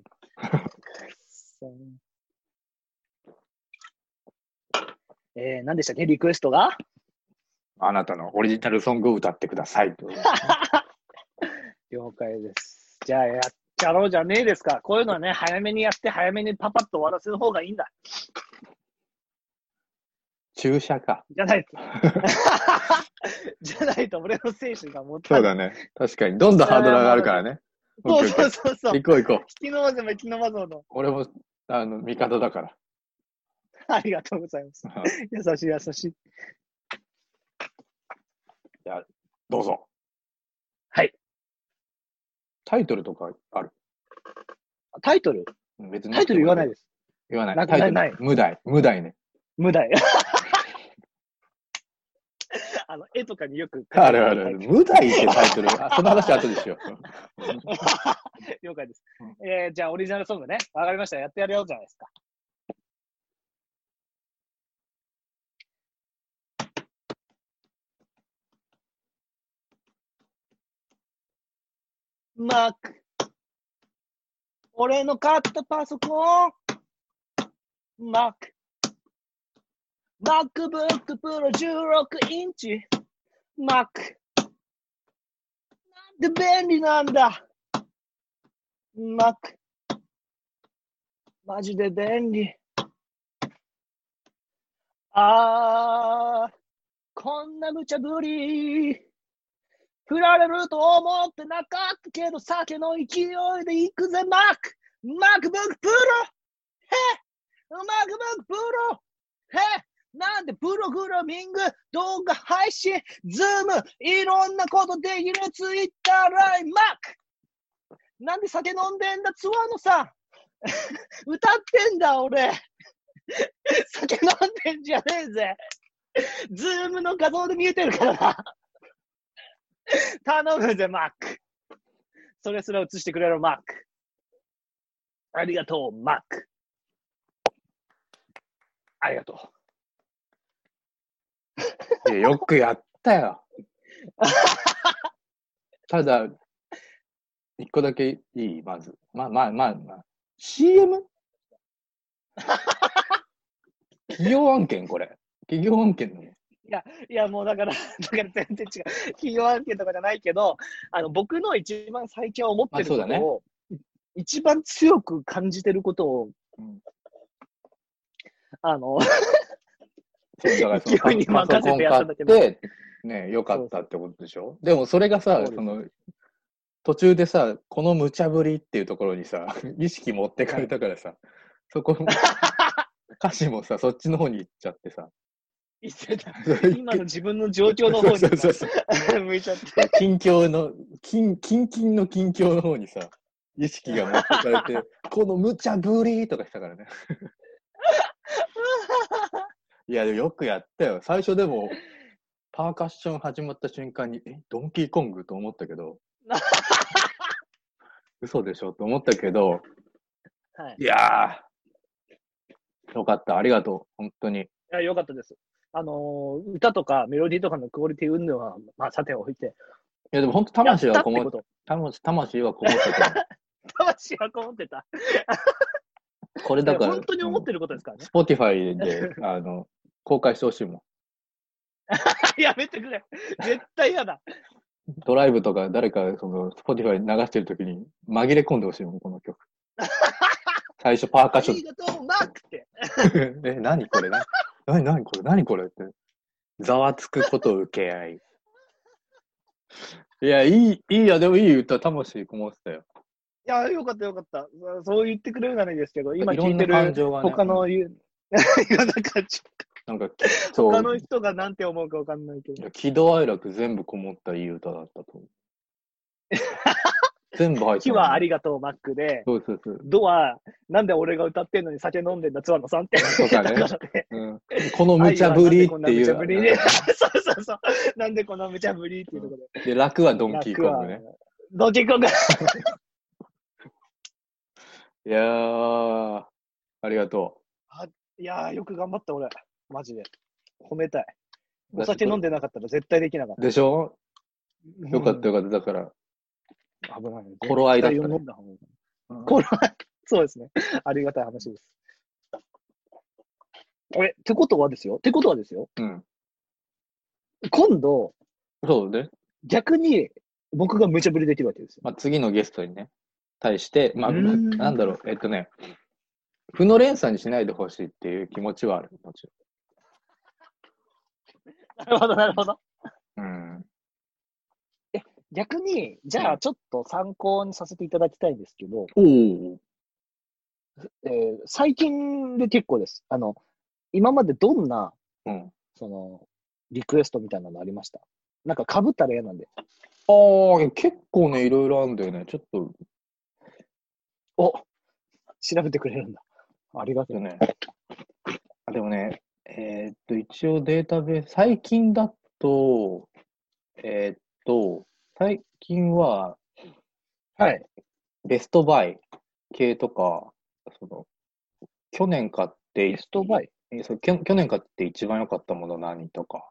Speaker 4: えー、何でしたっけリクエストが
Speaker 3: あなたのオリジナルソングを歌ってくだ さい。
Speaker 4: 了解です。じゃあ、やっちゃろうじゃねえですか。こういうのはね、早めにやって、早めにパパッと終わらせる方がいいんだ。
Speaker 3: 注射か。
Speaker 4: じ ゃないと。じゃないと、俺の精神がもった
Speaker 3: そ
Speaker 4: な
Speaker 3: う
Speaker 4: い
Speaker 3: だね。確かに。どんどんハードル上がるからね。
Speaker 4: そう
Speaker 3: オ
Speaker 4: そ
Speaker 3: ッ
Speaker 4: うそうそ
Speaker 3: ケーオッケー行こう
Speaker 4: う。
Speaker 3: 行こう。
Speaker 4: 引き伸ばせば引き伸ばそうの。
Speaker 3: 俺も、あの、味方だから。
Speaker 4: ありがとうございます。優しい優しい。
Speaker 3: どうぞ。
Speaker 4: はい。
Speaker 3: タイトルとかある
Speaker 4: タイトル
Speaker 3: 別に
Speaker 4: タイトル言わない
Speaker 3: です。
Speaker 4: です。
Speaker 3: 言わない。
Speaker 4: な
Speaker 3: タイトル
Speaker 4: ない
Speaker 3: 無題。無題ね。
Speaker 4: 無題。あの、絵とかによく。
Speaker 3: あるあるある。。無題ってタイトル。あ その話後でしよう。
Speaker 4: 了解です。えー、じゃあ、オリジナルソングね。わかりました。やってやるようじゃないですか。マーク。俺の買ったパソコン。マーク。MacBook Pro 16インチ。マーク。なんで便利なんだ。マック。マジで便利。あー、こんな無茶ぶり。振られると思ってなかったけど、酒の勢いで行くぜ、マック。マックブックプロへマックブックプロへなんでプログラミング、動画配信、ズーム、いろんなことできるツイッターライン、マックなんで酒飲んでんだ、ツワノさん。 歌ってんだ、俺。 酒飲んでんじゃねえぜ。ズームの画像で見えてるからな。 頼むぜ、マック。それすら映してくれろ、マック。ありがとう、マック。ありがと
Speaker 3: いやよくやったよ。
Speaker 4: う。
Speaker 3: ただ、一個だけいい、まず。まあまあまあ、まあ、CM? 企業案件、これ。企業案件なの。
Speaker 4: いや、もうだから、だから全然違う。企業案件とかじゃないけど、あの、僕の一番最近思ってる
Speaker 3: まあそ
Speaker 4: こ
Speaker 3: うだ
Speaker 4: と
Speaker 3: ね
Speaker 4: を、い一番強く感じてることを、
Speaker 3: うん
Speaker 4: あの、
Speaker 3: そうだからその
Speaker 4: 勢いに任せてやっただけ
Speaker 3: パ
Speaker 4: だ
Speaker 3: ソコン買ってね、良かったってことでしょでもそれがさ
Speaker 4: そうで、す
Speaker 3: その、途中でさ、この無茶ぶりっていうところにさ、 意識持ってかれたからさ、そ こも、歌詞もさ、そっちの方に行っちゃって さ。
Speaker 4: 言ってた今の自分の状況の方に
Speaker 3: そうそうそう
Speaker 4: 向いちゃって。
Speaker 3: 近況の、近、近々の近況の方にさ、意識が持ってか れて、この無茶ぶりとかしたからね。いや、でもよくやったよ。最初でも、パーカッション始まった瞬間に、え、ドンキーコングと思ったけ ど、嘘でしょと思ったけど、
Speaker 4: はい。
Speaker 3: いやー、よかった。ありがとう。本当に。
Speaker 4: いや、よかったです。あのー歌とかメロディーとかのクオリティ云々は、まあ、さておいて。
Speaker 3: いや、でも本当魂
Speaker 4: や
Speaker 3: は
Speaker 4: ったって
Speaker 3: こも
Speaker 4: こ
Speaker 3: っ
Speaker 4: と。
Speaker 3: 魂、魂はこもってたよ。
Speaker 4: 魂はこもってた。
Speaker 3: これだから。
Speaker 4: いや本当に思ってることですからね。
Speaker 3: スポティファイで、あの、公開してほしいもん。
Speaker 4: やめてくれ。絶対嫌だ。
Speaker 3: ドライブとか誰か、その、スポティファイ流してるときに紛れ込んでほしいもん、この曲。最初パーカ
Speaker 4: あ
Speaker 3: ッショ
Speaker 4: りがとう、マークって。
Speaker 3: ン。え、 何これな何何これ何これって。ざわつくこと受け合い。いや、いい、いいや、でもいい歌、魂こもってたよ。
Speaker 4: いや、よかったよかった。そうそう言ってくれるならいいですけど、今
Speaker 3: いろ
Speaker 4: 聞
Speaker 3: ん
Speaker 4: い
Speaker 3: な
Speaker 4: て
Speaker 3: 感
Speaker 4: る
Speaker 3: 情がね、
Speaker 4: 他の言う、 いや、なんか、
Speaker 3: なんか、そ
Speaker 4: 他
Speaker 3: う
Speaker 4: の、人がなんて思うかわかんないけ
Speaker 3: い
Speaker 4: ど。
Speaker 3: や喜怒哀楽全部こもったいい歌だったと思う。全部入って
Speaker 4: 火
Speaker 3: たもん
Speaker 4: はありがとう、マックで、
Speaker 3: そうそうそう。
Speaker 4: ドは、なんで俺が歌ってんのに酒飲んでんだ、ツアノさんって。
Speaker 3: とかね
Speaker 4: だからね
Speaker 3: うんこの無茶ぶりってい
Speaker 4: 愛はなんでこんな無茶
Speaker 3: う
Speaker 4: ぶりで。 そうそうそう。なんでこんな無茶ぶりっていうところで。
Speaker 3: で、楽はドンキーコングね
Speaker 4: 楽。ドンキーコング。
Speaker 3: いやー、ありがと
Speaker 4: いやー、よく頑張った、俺。マジで。褒めたい。
Speaker 3: う。
Speaker 4: お酒飲んでなかったら絶対できなかっ
Speaker 3: でしょ
Speaker 4: た。
Speaker 3: よかったよかった。だから、
Speaker 4: うん。危ない。
Speaker 3: 頃合いだったね
Speaker 4: 絶対飲んだ方がいい頃合い。そうですね。ありがたい話です。え、ってことはですよ。ってことはですよ。
Speaker 3: うん。
Speaker 4: 今度、
Speaker 3: そうね。
Speaker 4: 逆に僕が無茶ぶりできるわけですよ。
Speaker 3: まあ、次のゲストにね、対して、まあ、
Speaker 4: うー
Speaker 3: なんなんだろう、えっとね、負の連鎖にしないでほしいっていう気持ちはある。もち
Speaker 4: なるほど、なるほど。
Speaker 3: ろん。うん。
Speaker 4: 逆に、じゃあちょっと参考にさせていただきたいんですけど、
Speaker 3: おお。
Speaker 4: えー最近で結構です。あの、今までどんな、
Speaker 3: うん。
Speaker 4: その、リクエストみたいなのありましたなんか被ったら嫌なんで。
Speaker 3: ああ、結構ね、いろいろあるんだよね。ちょっと、
Speaker 4: お調べてくれるんだ。ありが
Speaker 3: え
Speaker 4: と
Speaker 3: っと
Speaker 4: う。
Speaker 3: ね、あでもね、えーっと、一応データベース、最近だと、えーっと、最近は
Speaker 4: はい。
Speaker 3: ベストバイ系とか、その、去年買って、
Speaker 4: ベストバイ。
Speaker 3: えーそうきょ去年買って一番良かったもの何とか、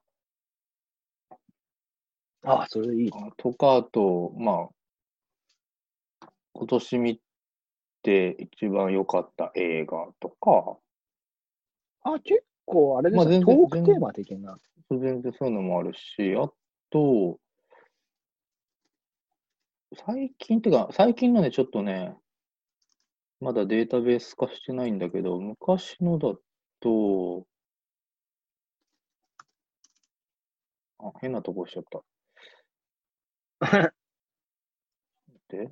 Speaker 4: ああ、それいい。
Speaker 3: とか、あと、まあ、今年見て一番良かった映画とか、
Speaker 4: あ、結構あれです
Speaker 3: まあ
Speaker 4: ね。
Speaker 3: 全
Speaker 4: ト
Speaker 3: 然
Speaker 4: ークテーマ的な。
Speaker 3: 全然そういうのもあるし、あと、最近っていうか、最近のね、ちょっとね、まだデータベース化してないんだけど、昔のだと、あ、変なとこ押しちゃった。で、えっ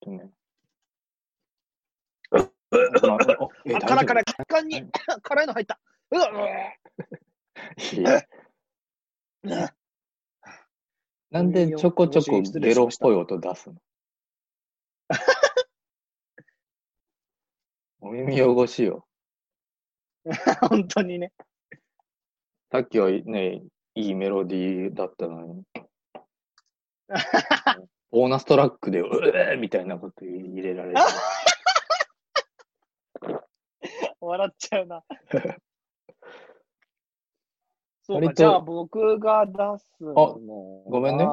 Speaker 3: とね。ああえ
Speaker 4: あ、辛い辛い。血管
Speaker 3: は
Speaker 4: に 辛いの入った。うわうわ
Speaker 3: いやなんでちょこちょこゲロっぽい音出すのお耳汚しよ。
Speaker 4: 本当にね。
Speaker 3: さっきはね、いいメロディーだったのに。ボーナストラックで、うえーみたいなこと入れられて。
Speaker 4: 笑っちゃうな。そう
Speaker 3: 割
Speaker 4: か、
Speaker 3: と
Speaker 4: じゃあ僕が出すの
Speaker 3: あ
Speaker 4: ご
Speaker 3: ごめんね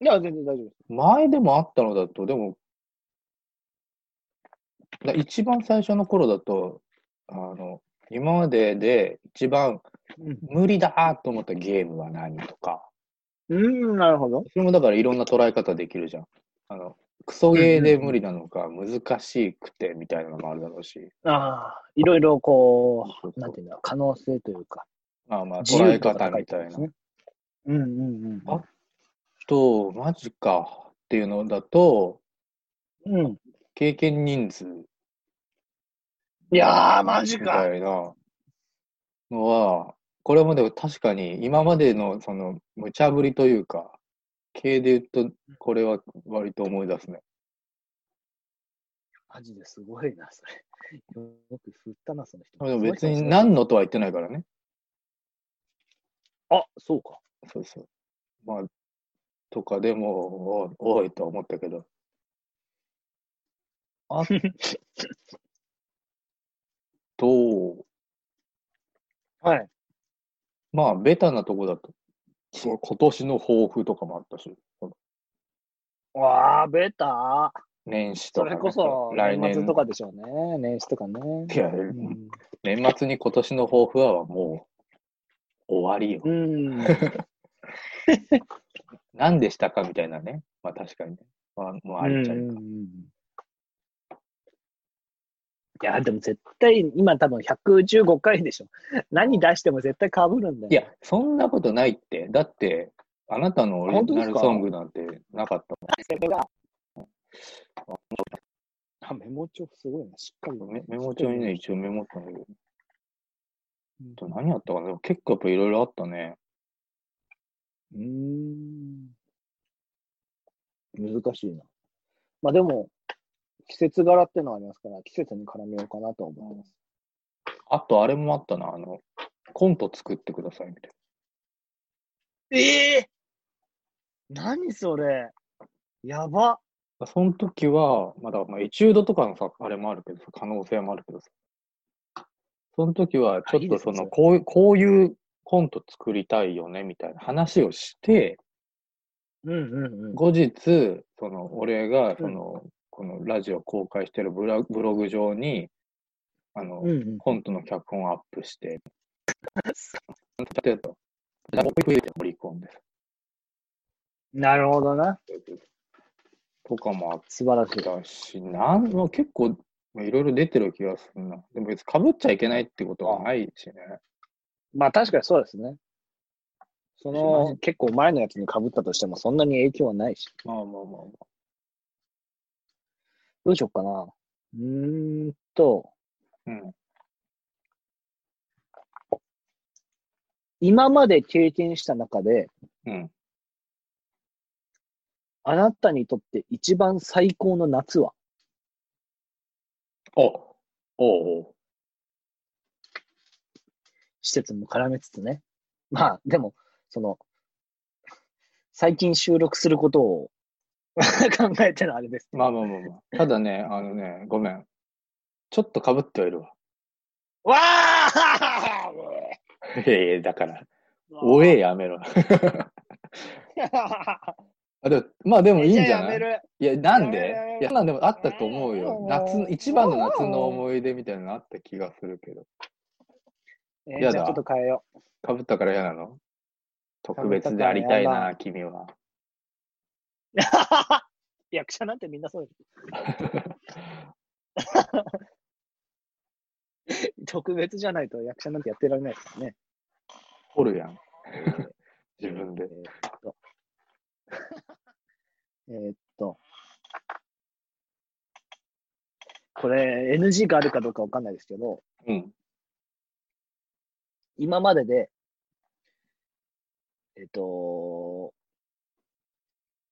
Speaker 4: いや、全然大丈夫です。
Speaker 3: 前でもあったのだと、でも、だ一番最初の頃だと、あの、今までで一番
Speaker 4: うん
Speaker 3: 無理だと思ったゲームは何とか、
Speaker 4: うん、なるほど。
Speaker 3: それもだからいろんな捉え方できるじゃん。あの、クソゲーで無理なのか、難しくてみたいなのもあるだろうし、
Speaker 4: ああ、いろいろこ
Speaker 3: そうそう
Speaker 4: う、なんていうんだろう、可能性というか、
Speaker 3: まあまあ、
Speaker 4: 自
Speaker 3: 捉
Speaker 4: 由
Speaker 3: え
Speaker 4: 度が
Speaker 3: 方
Speaker 4: 高
Speaker 3: み
Speaker 4: って
Speaker 3: た
Speaker 4: こと
Speaker 3: いな
Speaker 4: です。ね。うんうんうん。
Speaker 3: あと、マジかっていうのだと、
Speaker 4: うん。
Speaker 3: 経験人数み
Speaker 4: いやー、マジか。
Speaker 3: たいなのは、これもでも確かに今までのその無茶ぶりというか、系で言うと、これは割と思い出すね。
Speaker 4: マジですごいな、それ。よく振ったな、その人。
Speaker 3: でも別に
Speaker 4: ん
Speaker 3: 何のとは言ってないからね。
Speaker 4: あ、そうか。
Speaker 3: そうそう。まあ、とかでも、お多いとは思ったけど。 あと、
Speaker 4: はい。
Speaker 3: まあ、ベタなとこだと、そう今年の抱負とかもあったし、
Speaker 4: わー、ベタ。
Speaker 3: 年始と
Speaker 4: そ
Speaker 3: かね、
Speaker 4: れこそ、
Speaker 3: 来
Speaker 4: 年
Speaker 3: 年
Speaker 4: 末とかでしょうね。年始とかね。
Speaker 3: いや、
Speaker 4: うん
Speaker 3: 年末に今年の抱負はもう終わりよ。
Speaker 4: うん。
Speaker 3: 何でしたかみたいなね。まあ確かにね。まあ、もうありっちゃうか。
Speaker 4: うんうんうんいや、でも絶対、今多分115回でしょ。何出しても絶対被るんだよ。
Speaker 3: いや、そんなことないって。だって、あなたのオリジナルソングなんてなかった
Speaker 4: それが。あ、メモ帳すごいな、しっかり
Speaker 3: もん。
Speaker 4: ね、
Speaker 3: メメモ帳にね、一応メモったんだけど。
Speaker 4: うん。
Speaker 3: あと何あったかなでも結構やっぱいろいろあったね。
Speaker 4: うーん。難しいな。まあでも、季節柄ってのはありますから、季節に絡めようかなとは思ってます。
Speaker 3: あとあれもあったな。あの、コント作ってくださいみたいな。
Speaker 4: ええ何それやば。
Speaker 3: その時は、まあだからまあ、エチュードとかのさ、あれもあるけどさ、可能性もあるけどさ。その時は、ちょ
Speaker 4: い
Speaker 3: っ
Speaker 4: い
Speaker 3: と
Speaker 4: です
Speaker 3: そ
Speaker 4: ね
Speaker 3: の、
Speaker 4: それ
Speaker 3: こういう、こういうコント作りたいよね、みたいな話をして、
Speaker 4: うんうんうん。
Speaker 3: 後日、その、俺が、その、このラジオ公開してるブラブログ上に、あの、
Speaker 4: うんうん、
Speaker 3: コントの脚本をアップして、 例えば、じゃあ、僕入れて盛り込んで、
Speaker 4: なるほどな。
Speaker 3: とかもあっ
Speaker 4: 素晴らしい。
Speaker 3: だし、なんもう結構、まあいろいろ出てる気がするな。でも別に被っちゃいけないってことはないしね。
Speaker 4: まあ確かにそうですね。そ
Speaker 3: マジ
Speaker 4: の結構前のやつに被ったとしてもそんなに影響はないし。
Speaker 3: まあまあまあまあ。
Speaker 4: どうしよっかな。うーんと、
Speaker 3: うん。
Speaker 4: 今まで経験した中で、
Speaker 3: うん。
Speaker 4: あなたにとって一番最高の夏は
Speaker 3: おおおう
Speaker 4: 施設も絡めつつね。まあでも、その、最近収録することを 考えてのあれです。
Speaker 3: まあまあまあまあ。ただね、あのね、ごめん。ちょっと被ってはいるわ。
Speaker 4: わ
Speaker 3: いやいや、だから、
Speaker 4: ー
Speaker 3: お えやめろ。あでもまあでもいいんじゃないいや、なん
Speaker 4: やめ
Speaker 3: で
Speaker 4: ろやめろ
Speaker 3: いや、そんなんでもあったと思うよ。
Speaker 4: やめろ
Speaker 3: 夏、一番の夏の思い出みたいなのあった気がするけど。
Speaker 4: えー
Speaker 3: やだ
Speaker 4: じゃあちょっと変えよ
Speaker 3: 被ったから嫌なの特別
Speaker 4: 被
Speaker 3: で
Speaker 4: ったから
Speaker 3: ありたい
Speaker 4: 嫌
Speaker 3: な、
Speaker 4: だ
Speaker 3: 君は。
Speaker 4: う。 役者なんてみんなそう です。特別じゃないと役者なんてやってられないですね。
Speaker 3: 掘るや ん。自分で。
Speaker 4: えーっと。えーっと。これ NG があるかどうかわかんないですけど、
Speaker 3: うん。
Speaker 4: 今までで、えーっと、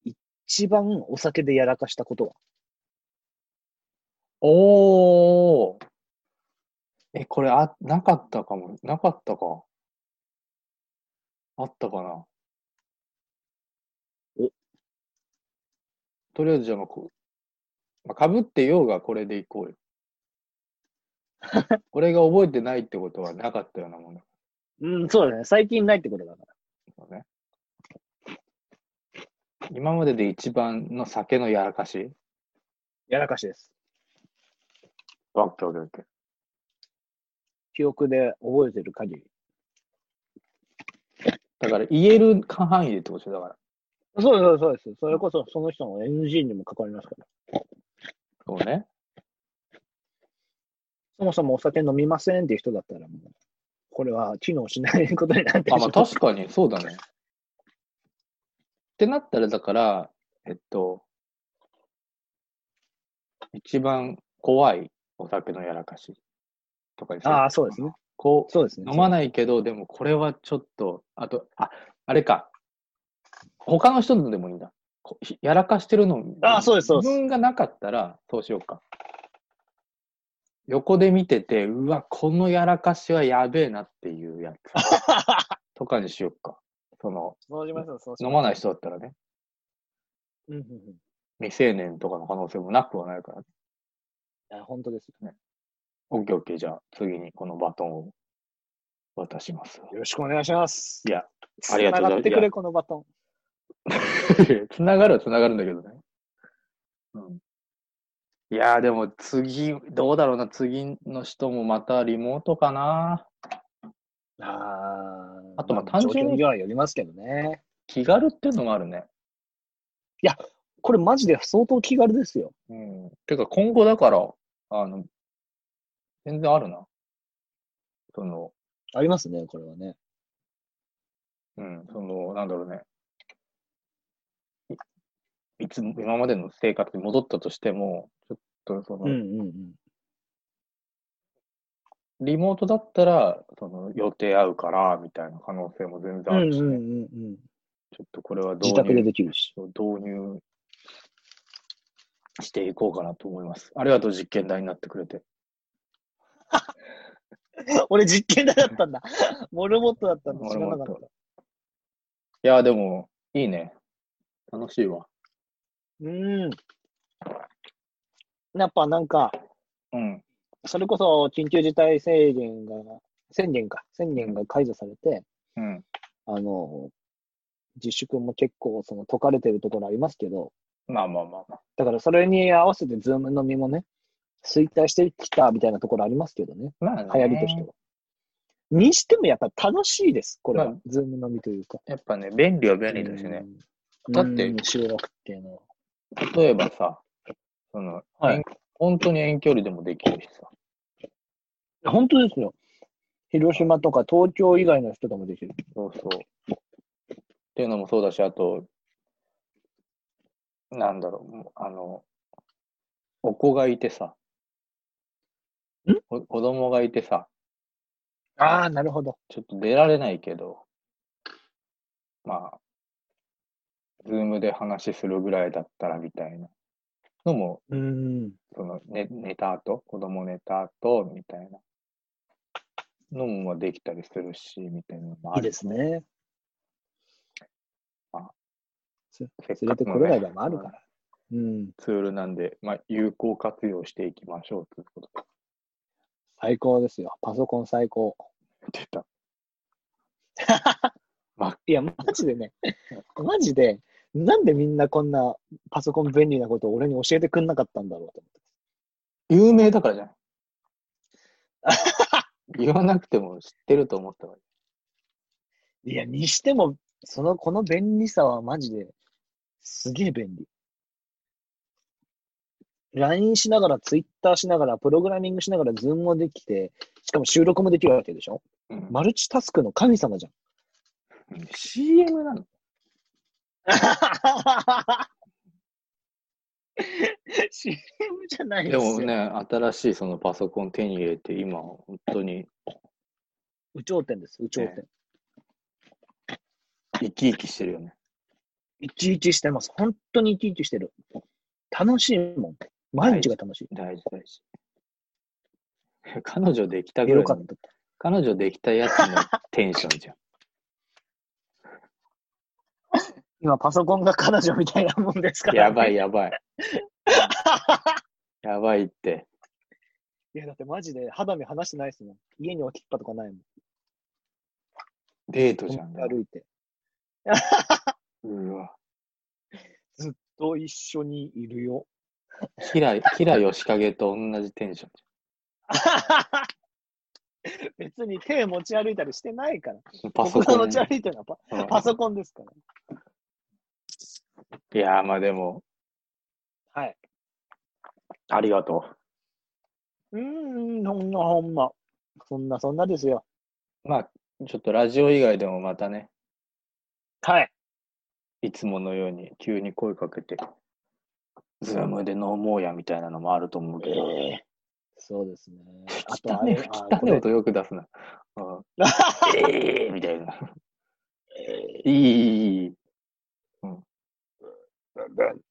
Speaker 4: 一番お酒でやらかしたことは
Speaker 3: おー。え、これ、あ、なかったかも。なかったか。あったかな。
Speaker 4: お
Speaker 3: とりあえず、じゃあ、まあ、こう、まあ、かぶってようがこれでいこうよ。これが覚えてないってことはなかったようなもの
Speaker 4: うん、そうだね。最近ないってことだか
Speaker 3: だ
Speaker 4: ら。
Speaker 3: ね。今までで一番の酒のやらかし
Speaker 4: やらかしです。
Speaker 3: オッケーオッケーオッケー
Speaker 4: 記憶で覚えてる限り。
Speaker 3: だから言える範囲でってことでしょだから。
Speaker 4: そうです、そうです。それこそその人の NG にも関わりますから。
Speaker 3: そうね。
Speaker 4: そもそもお酒飲みませんっていう人だったらもう、これは機能しないことになっ て
Speaker 3: あ、まあ
Speaker 4: まう
Speaker 3: 確かにそうだね。ってなったら、だから、えっと、一番怖いお酒のやらかしとかにする
Speaker 4: ああ、そうですね。
Speaker 3: こ
Speaker 4: そうです
Speaker 3: う、
Speaker 4: ね。
Speaker 3: 飲まないけど、でもこれはちょっと、あと、あ、あれか。他の人のでもいいんだ。こひやらかしてるの
Speaker 4: あそうですそうです
Speaker 3: 自分がなかったら、そうしようか。横で見てて、うわ、このやらかしはやべえなっていう やつ。とかにしよっか。その、
Speaker 4: そうしましょうそうしましょう
Speaker 3: 飲まない人だったらね、
Speaker 4: うんうんうん
Speaker 3: 未成年とかの可能性もなくはないから、ね。
Speaker 4: いや本当です。
Speaker 3: オッケーオッケー、じゃあ次にこのバトンを渡します。
Speaker 4: よろしくお願いします。
Speaker 3: いや、ありがとうございます
Speaker 4: 繋ってくれ、このバトン。
Speaker 3: つながるはつながるんだけどね。うん。いやーでも次、どうだろうな、次の人もまたリモートかな。
Speaker 4: あ
Speaker 3: あとまあ単純に
Speaker 4: にはよりますけどね。
Speaker 3: 気軽っていうのもあるね。
Speaker 4: これマジで相当気軽ですよ。
Speaker 3: うん。てか今後だから、あの、全然あるな。その、
Speaker 4: ありますね、これはね。
Speaker 3: うん、その、なんだろうね。いいつも、今までの生活に戻ったとしても、ちょっと、その、
Speaker 4: うんうん。
Speaker 3: リモートだったら、その、予定合うから、みたいな可能性も全然
Speaker 4: う
Speaker 3: ある
Speaker 4: んう
Speaker 3: し、
Speaker 4: ん
Speaker 3: ね
Speaker 4: うんうん。
Speaker 3: ちょっとこれは導
Speaker 4: 自宅で
Speaker 3: 入
Speaker 4: できるし。
Speaker 3: 導入していこうかなと思います。ありがとう、実験台になってくれて。
Speaker 4: 俺実験台だったんだ。 モルモットだったんだ。知
Speaker 3: 俺
Speaker 4: ら
Speaker 3: も
Speaker 4: な
Speaker 3: や
Speaker 4: か
Speaker 3: っ
Speaker 4: った
Speaker 3: い。や、でも、いいね。楽しいわ。
Speaker 4: うん。やっぱなんか、
Speaker 3: うん。
Speaker 4: それこそ緊急事態宣言が、宣言か、宣言が解除されて、
Speaker 3: うん。
Speaker 4: あの、自粛も結構その解かれてるところありますけど、
Speaker 3: まあまあまあまあ。
Speaker 4: だからそれに合わせてズーム飲みもね、衰退してきたみたいなところありますけどね、
Speaker 3: まあ、ね、
Speaker 4: 流行りとしては。にしてもやっぱ楽しいです、これ
Speaker 3: ま
Speaker 4: は
Speaker 3: あ。
Speaker 4: ズーム飲みというか。
Speaker 3: やっぱね、便利は便利だしね。
Speaker 4: うん。
Speaker 3: だって
Speaker 4: うん、収録っていうのは。
Speaker 3: 例えばさ、その、
Speaker 4: はい
Speaker 3: 遠本当に遠距離でもできるしさ。
Speaker 4: 本当ですよ。広島とか東京以外の人ともできる。
Speaker 3: そうそう。っていうのもそうだし、あと、なんだろうもう、あの、お子がいてさ、
Speaker 4: ん
Speaker 3: お子供がいてさ、
Speaker 4: ああ、なるほど。
Speaker 3: ちょっと出られないけど、まあ、ズームで話するぐらいだったらみたいなのも
Speaker 4: うん。
Speaker 3: その寝寝た後、子供寝た後、みたいなのもまあできたりするし、みたいなのもあ
Speaker 4: いい
Speaker 3: る
Speaker 4: ですね。
Speaker 3: せっ
Speaker 4: 連れて
Speaker 3: かく
Speaker 4: こ
Speaker 3: の
Speaker 4: れな
Speaker 3: ね
Speaker 4: いでもあるから。うん。
Speaker 3: ツールなんで、まあ、有効活用していきましょうということで
Speaker 4: 最高ですよ。パソコン最高。
Speaker 3: 言ってた。
Speaker 4: いや、マジでね、 マジで、なんでみんなこんなパソコン便利なことを俺に教えてくんなかったんだろうと思って。
Speaker 3: 有名だからじゃない 言わなくても知ってると思ったから。
Speaker 4: いや、にしても、その、この便利さはマジで、すげえ便利。LINE しながら、Twitter しながら、プログラミングしながら、Zoom もできて、しかも収録もできるわけでしょ
Speaker 3: うん
Speaker 4: マルチタスクの神様じゃ ん。
Speaker 3: CM なの
Speaker 4: 知 m じゃない
Speaker 3: でもね、新しいそのパソコン手に入れて、今、本当に
Speaker 4: 有頂天です、有頂天。
Speaker 3: 生き生きしてるよね。
Speaker 4: いちいちしてます。本当にいちいちしてる。楽しいもん。毎日が楽しい。
Speaker 3: 大事大事。彼女できたぐら
Speaker 4: よ
Speaker 3: い
Speaker 4: か
Speaker 3: の
Speaker 4: っ、た。
Speaker 3: 彼女できたやつのテンションじ ゃん。
Speaker 4: 今、パソコンが彼女みたいなもんですから、
Speaker 3: やばい。やばい。やばいって。
Speaker 4: いや、だってマジで肌身離してないですもん。家に置きっぱとかないもん。
Speaker 3: デートじゃん。
Speaker 4: 歩いて。
Speaker 3: うわ。
Speaker 4: と一緒にいるよ。
Speaker 3: キラ、キラヨシカゲと同じテンション。
Speaker 4: 別に手持ち歩いたりしてないから。
Speaker 3: パソコ
Speaker 4: 僕が
Speaker 3: ン。
Speaker 4: 持ち歩いてるのは
Speaker 3: うん
Speaker 4: パパソコンですから。
Speaker 3: いやー、まあでも、
Speaker 4: はい。
Speaker 3: ありがと
Speaker 4: うーん、ほんまほんま。そんなそんなですよ。
Speaker 3: う。まあ、ちょっとラジオ以外でもまたね、
Speaker 4: はい。
Speaker 3: いつものように急に声かけて、ズームで飲もうやみたいなのもあると思うけど、
Speaker 4: そうですね。あと
Speaker 3: 汚
Speaker 4: あ
Speaker 3: ね
Speaker 4: れ、あ
Speaker 3: 汚
Speaker 4: こ
Speaker 3: ね
Speaker 4: れ
Speaker 3: 音よく出すな。うん、 えーみたいな。いい、いい、いい。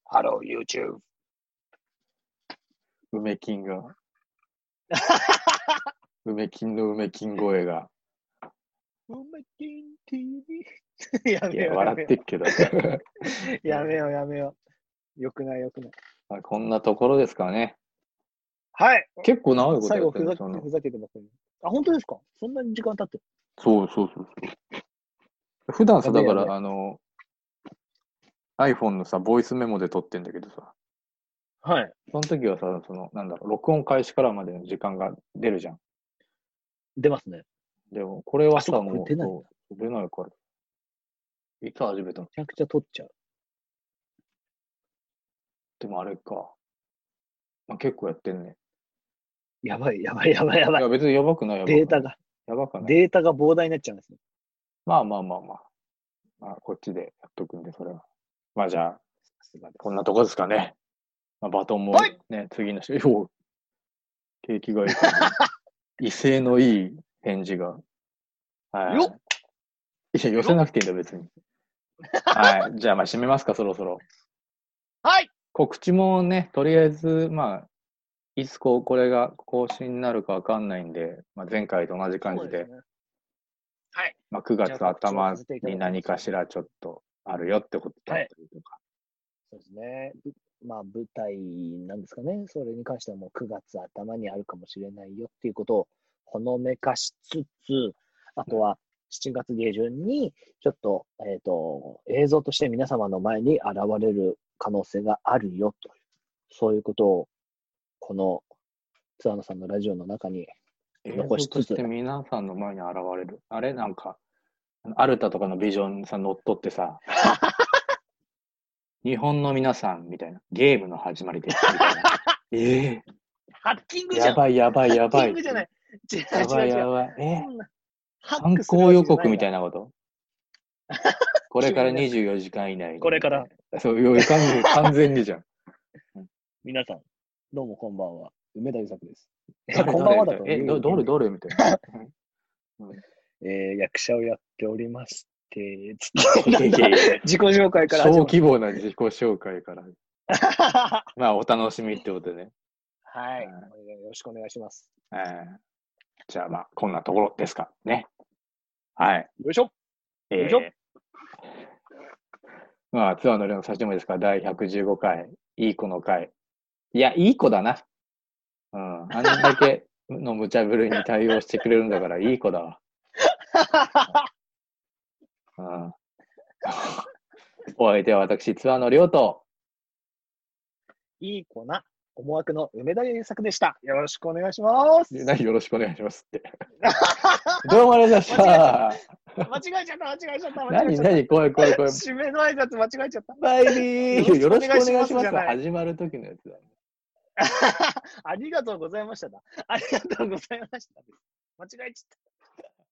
Speaker 4: ハロー YouTube。
Speaker 3: 梅金 が。梅金の梅金声が。
Speaker 4: ウメキン TV。や
Speaker 3: い
Speaker 4: め
Speaker 3: や、
Speaker 4: よう。
Speaker 3: 笑ってるけど。
Speaker 4: やめよう、やめよう。よくない、よくない。
Speaker 3: まあこんなところですかね。
Speaker 4: はい。
Speaker 3: 結構長いこと
Speaker 4: 最
Speaker 3: や
Speaker 4: 後
Speaker 3: って
Speaker 4: ふ
Speaker 3: る
Speaker 4: ざ
Speaker 3: ね
Speaker 4: け、
Speaker 3: その
Speaker 4: ふざけてますね。あ、本当ですかそんなに時間経ってる
Speaker 3: そうそうそうそう。普段さ、だか
Speaker 4: やべえやべ
Speaker 3: ら、あの、iPhone のさ、ボイスメモで撮ってんだけどさ、
Speaker 4: はい。
Speaker 3: その時はさ、その、なんだろう、録音開始からまでの時間が出るじゃん。
Speaker 4: 出ますね。
Speaker 3: でも、これは
Speaker 4: あ
Speaker 3: さ、
Speaker 4: そうか
Speaker 3: もう、
Speaker 4: これ出ないんだ
Speaker 3: そう出ないから。いつ始めたの
Speaker 4: めちゃくちゃ撮っちゃう。
Speaker 3: でもあれか。まあ、結構やってんね。
Speaker 4: やばい、やばい、やばい、や
Speaker 3: い
Speaker 4: ばい。
Speaker 3: や、別にやばくない、やばくない。
Speaker 4: データが、
Speaker 3: やばくない。
Speaker 4: データが膨大になっちゃうんですね。
Speaker 3: まあまあまあまあ。まあ、こっちでやっとくんで、それは。まあじゃあ、こんなとこですかね。まあ、バトンも
Speaker 4: はい
Speaker 3: ね、次の人、よう景気がいい感 じ。威勢のいい返事が。はい。
Speaker 4: よ
Speaker 3: いや、寄せなくていいんだ、別に。はい。じゃあ、まあ、締めますか、そろそろ。
Speaker 4: はい
Speaker 3: 告知もね、とりあえず、まあ、いつこう、これが更新になるかわかんないんで、まあ、前回と同じ感じ
Speaker 4: そう
Speaker 3: で、
Speaker 4: すね
Speaker 3: まあ、9
Speaker 4: じゃあ
Speaker 3: 月
Speaker 4: 告知を
Speaker 3: 頭
Speaker 4: させていただきます
Speaker 3: に何かしらちょっとあるよってことだったりとか。
Speaker 4: そうですね。ぶまあ、舞台なんですかね。それに関してはもう9月頭にあるかもしれないよっていうことをほのめかしつつ、あとは7月下旬に、ちょっと、えっ、と、映像として皆様の前に現れる可能性があるよという、そういうことを、この、ツアーノさんのラジオの中に、
Speaker 3: 映
Speaker 4: 残し
Speaker 3: 像と
Speaker 4: つつ
Speaker 3: して皆さんの前に現れる。あれなんか、アルタとかのビジョンさ、乗っ取って さ、日本の皆さんみたいな、ゲームの始まりですみ たいな。え
Speaker 4: ハッキン
Speaker 3: えやばいやばいやばい。
Speaker 4: い。違う
Speaker 3: やばいやばい。ええ
Speaker 4: ハ
Speaker 3: 犯行予告みた
Speaker 4: い
Speaker 3: いなことこれから
Speaker 4: 急に
Speaker 3: 24時間以内に
Speaker 4: これから。
Speaker 3: そう、よ完全完全にじゃん。
Speaker 4: 皆さん、どうもこんばんは。梅田優作です。
Speaker 3: 誰
Speaker 4: こんばんはだ
Speaker 3: 誰
Speaker 4: と
Speaker 3: え、ど、どれどれみたい
Speaker 4: えー役者をやっておりまして、つって
Speaker 3: な。いやいやいや
Speaker 4: 自己紹介から 始
Speaker 3: 小
Speaker 4: まる。
Speaker 3: 規模な自己紹介から。
Speaker 4: は
Speaker 3: まあ、お楽しみってことでね。
Speaker 4: い、お願いよろしくお願いします。
Speaker 3: えーじゃあ、まあ、こんなところですかね。はい。
Speaker 4: よいしょ
Speaker 3: え
Speaker 4: よいしょ
Speaker 3: まあ、ツアーの量の差しでもいいですから、第115回、いい子の回。いや、いい子だな。うん。あんだけの無茶ぶりに対応してくれるんだから、いい子だわ。うん。お相手は私、ツアーの量と、
Speaker 4: いい子な思惑の梅田優作でした。よろしくお願いします。間違
Speaker 3: 何よろしくお願いします って。どうもありがとうございました。
Speaker 4: えちゃった、間違えちゃった、間違え
Speaker 3: 何、
Speaker 4: ちゃっ
Speaker 3: 何、怖い怖い
Speaker 4: た。
Speaker 3: 怖い。
Speaker 4: 締めの挨拶間違えちゃった。
Speaker 3: バイビーよ
Speaker 4: よ
Speaker 3: ろ
Speaker 4: ろ
Speaker 3: しくお願
Speaker 4: しくお願
Speaker 3: い
Speaker 4: い
Speaker 3: し
Speaker 4: し
Speaker 3: ま。
Speaker 4: ますす
Speaker 3: 始まる時のやつだ。
Speaker 4: ありがとうございましただ。ありがとうございました。間違えちゃった。